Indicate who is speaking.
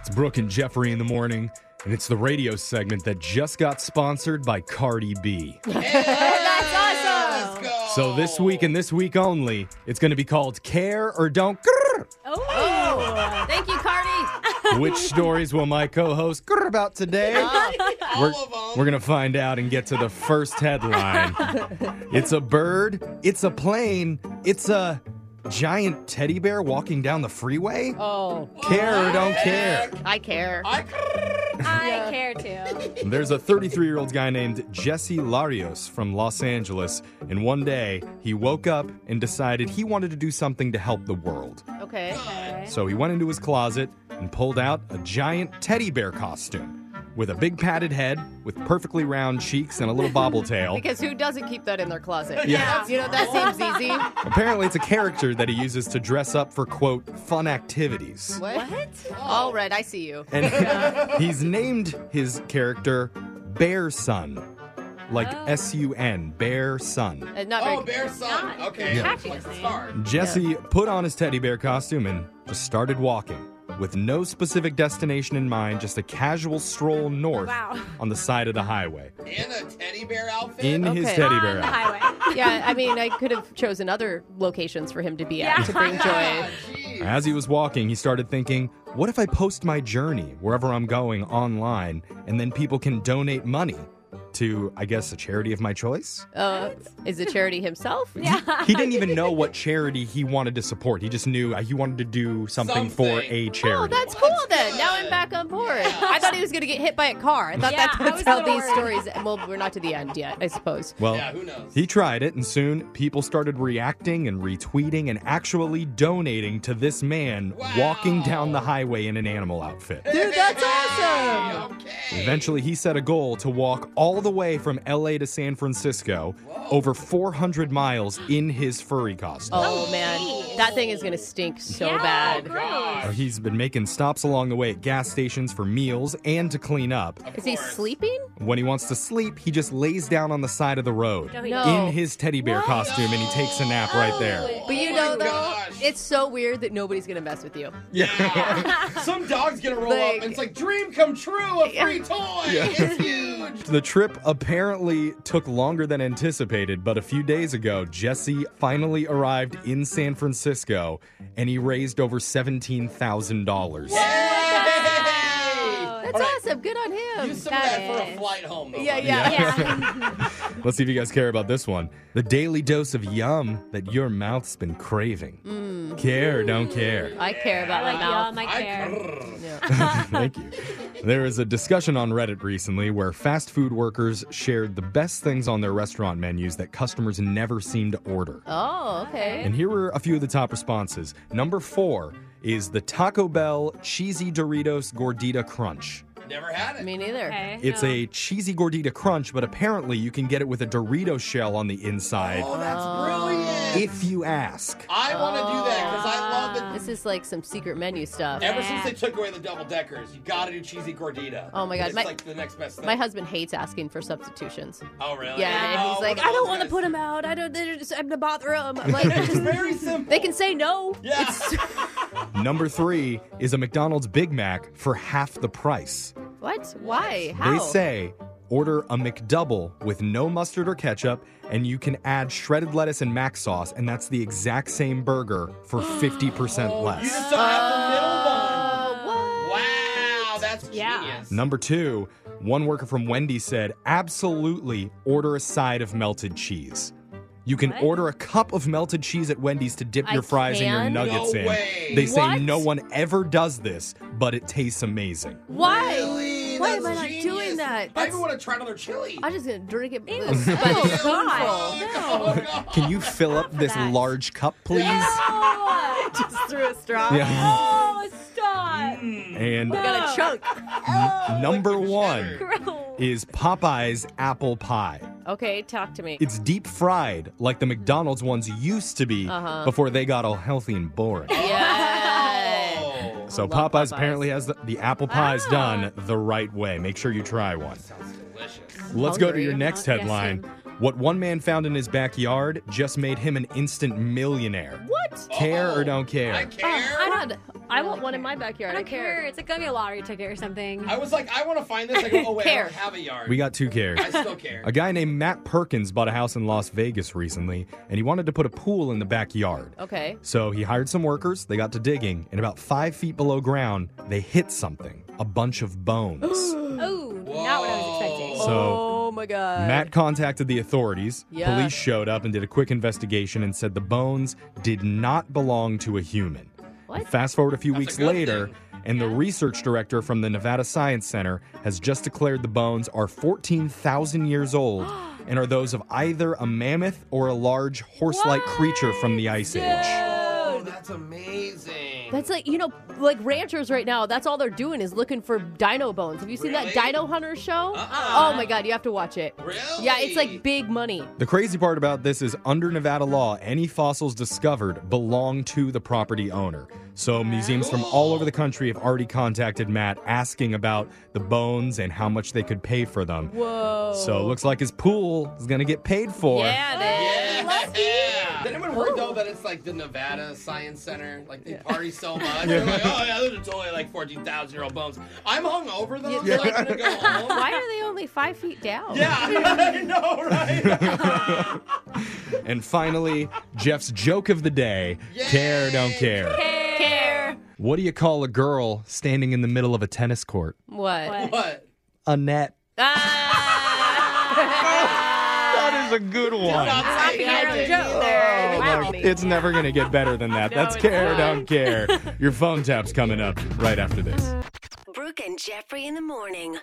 Speaker 1: It's Brooke and Jeffrey in the morning, and it's the radio segment that just got sponsored by Cardi B.
Speaker 2: That's awesome.
Speaker 1: So this week and this week only, it's going to be called Care or Don't Grrr.
Speaker 2: Oh. Thank you, Cardi.
Speaker 1: Which stories will my co-host grrr about today? we're we're going to find out and get to the first headline. it's a bird, it's a plane, it's a giant teddy bear walking down the freeway?
Speaker 3: Oh,
Speaker 1: Care or don't care.
Speaker 3: I care.
Speaker 2: I care too.
Speaker 1: There's a 33 year old guy named Jesse Larios from Los Angeles, and one day he woke up and decided he wanted to do something to help the world.
Speaker 3: Okay.
Speaker 1: So he went into his closet and pulled out a giant teddy bear costume with a big padded head, with perfectly round cheeks, and a little bobble tail.
Speaker 3: Because who doesn't keep that in their closet?
Speaker 1: Yeah.
Speaker 3: You know, that seems easy.
Speaker 1: Apparently, it's a character that he uses to dress up for, quote, fun activities.
Speaker 3: What? All right, I see you.
Speaker 1: And he's named his character Bear Sun, like
Speaker 2: Oh.
Speaker 1: S U N, Bear Sun.
Speaker 3: Uh, not
Speaker 4: Oh,
Speaker 3: very
Speaker 4: bear son.
Speaker 2: Not
Speaker 4: Okay.
Speaker 2: catchy
Speaker 4: Like,
Speaker 2: to
Speaker 4: it's
Speaker 2: say.
Speaker 4: hard.
Speaker 1: Jesse put on his teddy bear costume and just started walking with no specific destination in mind, just a casual stroll north
Speaker 2: Wow.
Speaker 1: on the side of the highway
Speaker 4: In a teddy bear outfit.
Speaker 1: in his
Speaker 3: Okay.
Speaker 1: teddy
Speaker 2: On
Speaker 1: bear.
Speaker 2: the
Speaker 1: outfit.
Speaker 2: highway.
Speaker 3: Yeah, I mean, I could have chosen other locations for him to be at
Speaker 2: Yeah.
Speaker 3: to bring joy.
Speaker 4: Ah, jeez.
Speaker 1: As he was walking, he started thinking, what if I post my journey wherever I'm going online and then people can donate money to, I guess, a charity of my choice?
Speaker 3: Uh, is it charity himself?
Speaker 2: Yeah.
Speaker 1: He didn't even know what charity he wanted to support. He just knew uh, he wanted to do something, for
Speaker 4: Something.
Speaker 1: a
Speaker 3: Oh,
Speaker 1: charity.
Speaker 3: that's cool then. Now I'm back on board. I thought he was going to get hit by a car. I thought
Speaker 2: Yeah,
Speaker 3: that
Speaker 2: I
Speaker 3: that's
Speaker 2: was a
Speaker 3: how
Speaker 2: little
Speaker 3: these
Speaker 2: worried.
Speaker 3: stories. Well, we're not to the end yet, I suppose.
Speaker 1: well,
Speaker 4: Yeah, who knows?
Speaker 1: He tried it, and soon people started reacting and retweeting and actually donating to this man
Speaker 4: Wow.
Speaker 1: walking down the highway in an animal outfit.
Speaker 3: Dude, that's
Speaker 4: Hey,
Speaker 3: awesome.
Speaker 4: Okay.
Speaker 1: Eventually, he set a goal to walk all the way from LA to San Francisco, over 400 miles in his furry costume.
Speaker 3: Oh, man. That thing is going to stink so
Speaker 2: Yeah,
Speaker 3: bad.
Speaker 2: gross.
Speaker 1: Uh, He's been making stops along the way at gas stations for meals and to clean up.
Speaker 3: Is he
Speaker 4: course.
Speaker 3: sleeping?
Speaker 1: When he wants to sleep, he just lays down on the side of the road
Speaker 2: No, he
Speaker 3: No. Oh.
Speaker 1: in his teddy bear costume and he takes a nap right there.
Speaker 3: But you
Speaker 4: Oh
Speaker 3: know,
Speaker 4: my
Speaker 3: though,
Speaker 4: gosh.
Speaker 3: it's so weird that nobody's gonna mess with you.
Speaker 4: Yeah. Some dog's gonna roll up
Speaker 3: Like-
Speaker 4: and it's like dream come true, a free toy. It's huge.
Speaker 1: The trip apparently took longer than anticipated, but a few days ago, Jesse finally arrived in San Francisco and he raised over $17,000.
Speaker 4: Hey!
Speaker 3: That's
Speaker 4: All right,
Speaker 3: awesome. Good on him.
Speaker 4: Use some of that for a
Speaker 2: is.
Speaker 4: flight home. though,
Speaker 3: yeah,
Speaker 4: buddy.
Speaker 3: yeah,
Speaker 2: Yeah.
Speaker 1: Let's see if you guys care about this one. The daily dose of yum that your mouth's been craving. Care, or don't care.
Speaker 3: I care about
Speaker 2: like
Speaker 3: my
Speaker 2: y'all,
Speaker 3: mouth.
Speaker 2: my
Speaker 4: I
Speaker 2: care.
Speaker 4: grrr.
Speaker 1: Thank you. There was a discussion on Reddit recently where fast food workers shared the best things on their restaurant menus that customers never seem to order.
Speaker 3: Oh, okay.
Speaker 1: And here were a few of the top responses. Number four is the Taco Bell Cheesy Doritos Gordita Crunch.
Speaker 4: Never had it.
Speaker 3: Me neither.
Speaker 2: Okay.
Speaker 1: It's
Speaker 2: no.
Speaker 1: a cheesy gordita crunch, but apparently you can get it with a Dorito shell on the inside
Speaker 4: oh, that's brilliant.
Speaker 1: if you ask.
Speaker 4: I want to do that because I love it.
Speaker 3: This is like some secret menu stuff.
Speaker 4: Ever
Speaker 2: Yeah.
Speaker 4: since they took away the double deckers, you gotta do cheesy gordita.
Speaker 3: Oh my God,
Speaker 4: It's
Speaker 3: my-
Speaker 4: like the next best thing.
Speaker 3: My husband hates asking for substitutions.
Speaker 4: oh really?
Speaker 3: Yeah, and
Speaker 4: Oh,
Speaker 3: he's
Speaker 4: one
Speaker 3: like,
Speaker 4: of
Speaker 3: I don't
Speaker 4: those
Speaker 3: want to
Speaker 4: guys.
Speaker 3: put them out. I don't. They're just, I'm gonna bother them. I'm like,
Speaker 4: It's very simple.
Speaker 3: they can say no.
Speaker 4: Yeah.
Speaker 1: Number three is a McDonald's Big Mac for half the price.
Speaker 3: What? Why? How?
Speaker 1: They say order a McDouble with no mustard or ketchup, and you can add shredded lettuce and mac sauce, and that's the exact same burger for 50%
Speaker 4: You
Speaker 1: less.
Speaker 4: just don't have the middle bun.
Speaker 3: Uh, what?
Speaker 4: Wow, that's
Speaker 2: Yeah.
Speaker 4: genius.
Speaker 1: Number two, one worker from Wendy's said, absolutely order a side of melted cheese. You can
Speaker 2: What?
Speaker 1: order a cup of melted cheese at Wendy's to dip
Speaker 3: I
Speaker 1: your fries and
Speaker 3: can?
Speaker 1: your nuggets
Speaker 4: No
Speaker 1: in.
Speaker 4: way.
Speaker 1: They say
Speaker 3: What?
Speaker 1: no one ever does this, but it tastes amazing.
Speaker 3: Why?
Speaker 4: Really?
Speaker 3: Why
Speaker 4: That's
Speaker 3: am I not
Speaker 4: genius.
Speaker 3: doing that?
Speaker 4: I
Speaker 3: That's-
Speaker 4: even want to try another chili.
Speaker 3: I'm just gonna drink it. Ew.
Speaker 2: Oh,
Speaker 4: Oh,
Speaker 2: God.
Speaker 4: God.
Speaker 1: Can you fill up this
Speaker 2: that.
Speaker 1: large cup, please?
Speaker 2: Oh,
Speaker 3: just through a straw.
Speaker 1: Yeah.
Speaker 2: oh, stop.
Speaker 1: And
Speaker 3: Got a chunk.
Speaker 1: number one
Speaker 2: Gross.
Speaker 1: is Popeye's apple pie.
Speaker 3: Okay, talk to me.
Speaker 1: It's deep fried like the McDonald's ones used to be
Speaker 3: Uh-huh.
Speaker 1: before they got all healthy and boring.
Speaker 3: yeah.
Speaker 4: Oh.
Speaker 1: So Popeyes,
Speaker 3: love Popeyes.
Speaker 1: apparently has the, the apple pies done the right way. Make sure you try one.
Speaker 4: Sounds delicious.
Speaker 1: Let's go to
Speaker 3: hungry.
Speaker 1: your next
Speaker 2: Yes,
Speaker 1: headline. What one man found in his backyard just made him an instant millionaire.
Speaker 3: What?
Speaker 1: Care or
Speaker 4: Oh,
Speaker 1: don't care?
Speaker 4: I care.
Speaker 2: I
Speaker 3: God, Uh, I
Speaker 2: really
Speaker 3: want one in
Speaker 2: care.
Speaker 3: my backyard.
Speaker 2: I don't care. It's like gonna be a lottery ticket or something.
Speaker 4: I was like, I want to find this. I go, oh wait, I
Speaker 3: Care.
Speaker 4: don't have a yard.
Speaker 1: We got two cares.
Speaker 4: I still care.
Speaker 1: A guy named Matt Perkins bought a house in Las Vegas recently, and he wanted to put a pool in the backyard.
Speaker 3: Okay.
Speaker 1: So he hired some workers, they got to digging, and about five feet below ground, they hit something a bunch of bones.
Speaker 2: Oh, not what I was expecting.
Speaker 4: Whoa.
Speaker 1: So-
Speaker 3: oh my god.
Speaker 1: Matt contacted the authorities.
Speaker 3: Yeah.
Speaker 1: Police showed up and did a quick investigation and said the bones did not belong to a human.
Speaker 3: What?
Speaker 1: And fast forward a few weeks
Speaker 4: a good
Speaker 1: later,
Speaker 4: thing.
Speaker 1: and the research director from the Nevada Science Center has just declared the bones are 14,000 years old and are those of either a mammoth or a large horse like creature from the Ice Age.
Speaker 4: oh, that's amazing.
Speaker 3: That's like you know, like ranchers right now. That's all they're doing is looking for dino bones. Have you seen that
Speaker 4: Really?
Speaker 3: Dino Hunter show?
Speaker 4: Uh-uh.
Speaker 3: Oh my god, you have to watch it.
Speaker 4: Really?
Speaker 3: Yeah, it's like big money.
Speaker 1: The crazy part about this is under Nevada law, any fossils discovered belong to the property owner. So museums from all over the country have already contacted Matt asking about the bones and how much they could pay for them.
Speaker 3: Whoa.
Speaker 1: So it looks like his pool is going to get paid for.
Speaker 3: Yeah, it is.
Speaker 4: Yeah. Did anyone worry though that it's like the Nevada Science Center? Like they party so much. They're like, oh yeah, those are totally like 14,000 year old bones. I'm hungover though. Yeah. I'm gonna go home.
Speaker 3: Why are they only five feet down?
Speaker 4: Yeah, I know, right?
Speaker 1: And finally, Jeff's joke of the day care, don't care.
Speaker 3: Care.
Speaker 1: What do you call a girl standing in the middle of a tennis court?
Speaker 3: What?
Speaker 2: What?
Speaker 4: What?
Speaker 1: A net.
Speaker 3: Ah!
Speaker 1: That is a good one.
Speaker 4: Not
Speaker 2: Happy
Speaker 4: saying
Speaker 2: hour
Speaker 4: I did.
Speaker 2: joke there.
Speaker 1: Oh,
Speaker 2: Wow.
Speaker 1: my- it's never going to get better than that. That's
Speaker 3: it's
Speaker 1: care,
Speaker 3: not.
Speaker 1: don't care. Your phone tap's coming up right after this.
Speaker 5: Brooke and Jeffrey in the morning.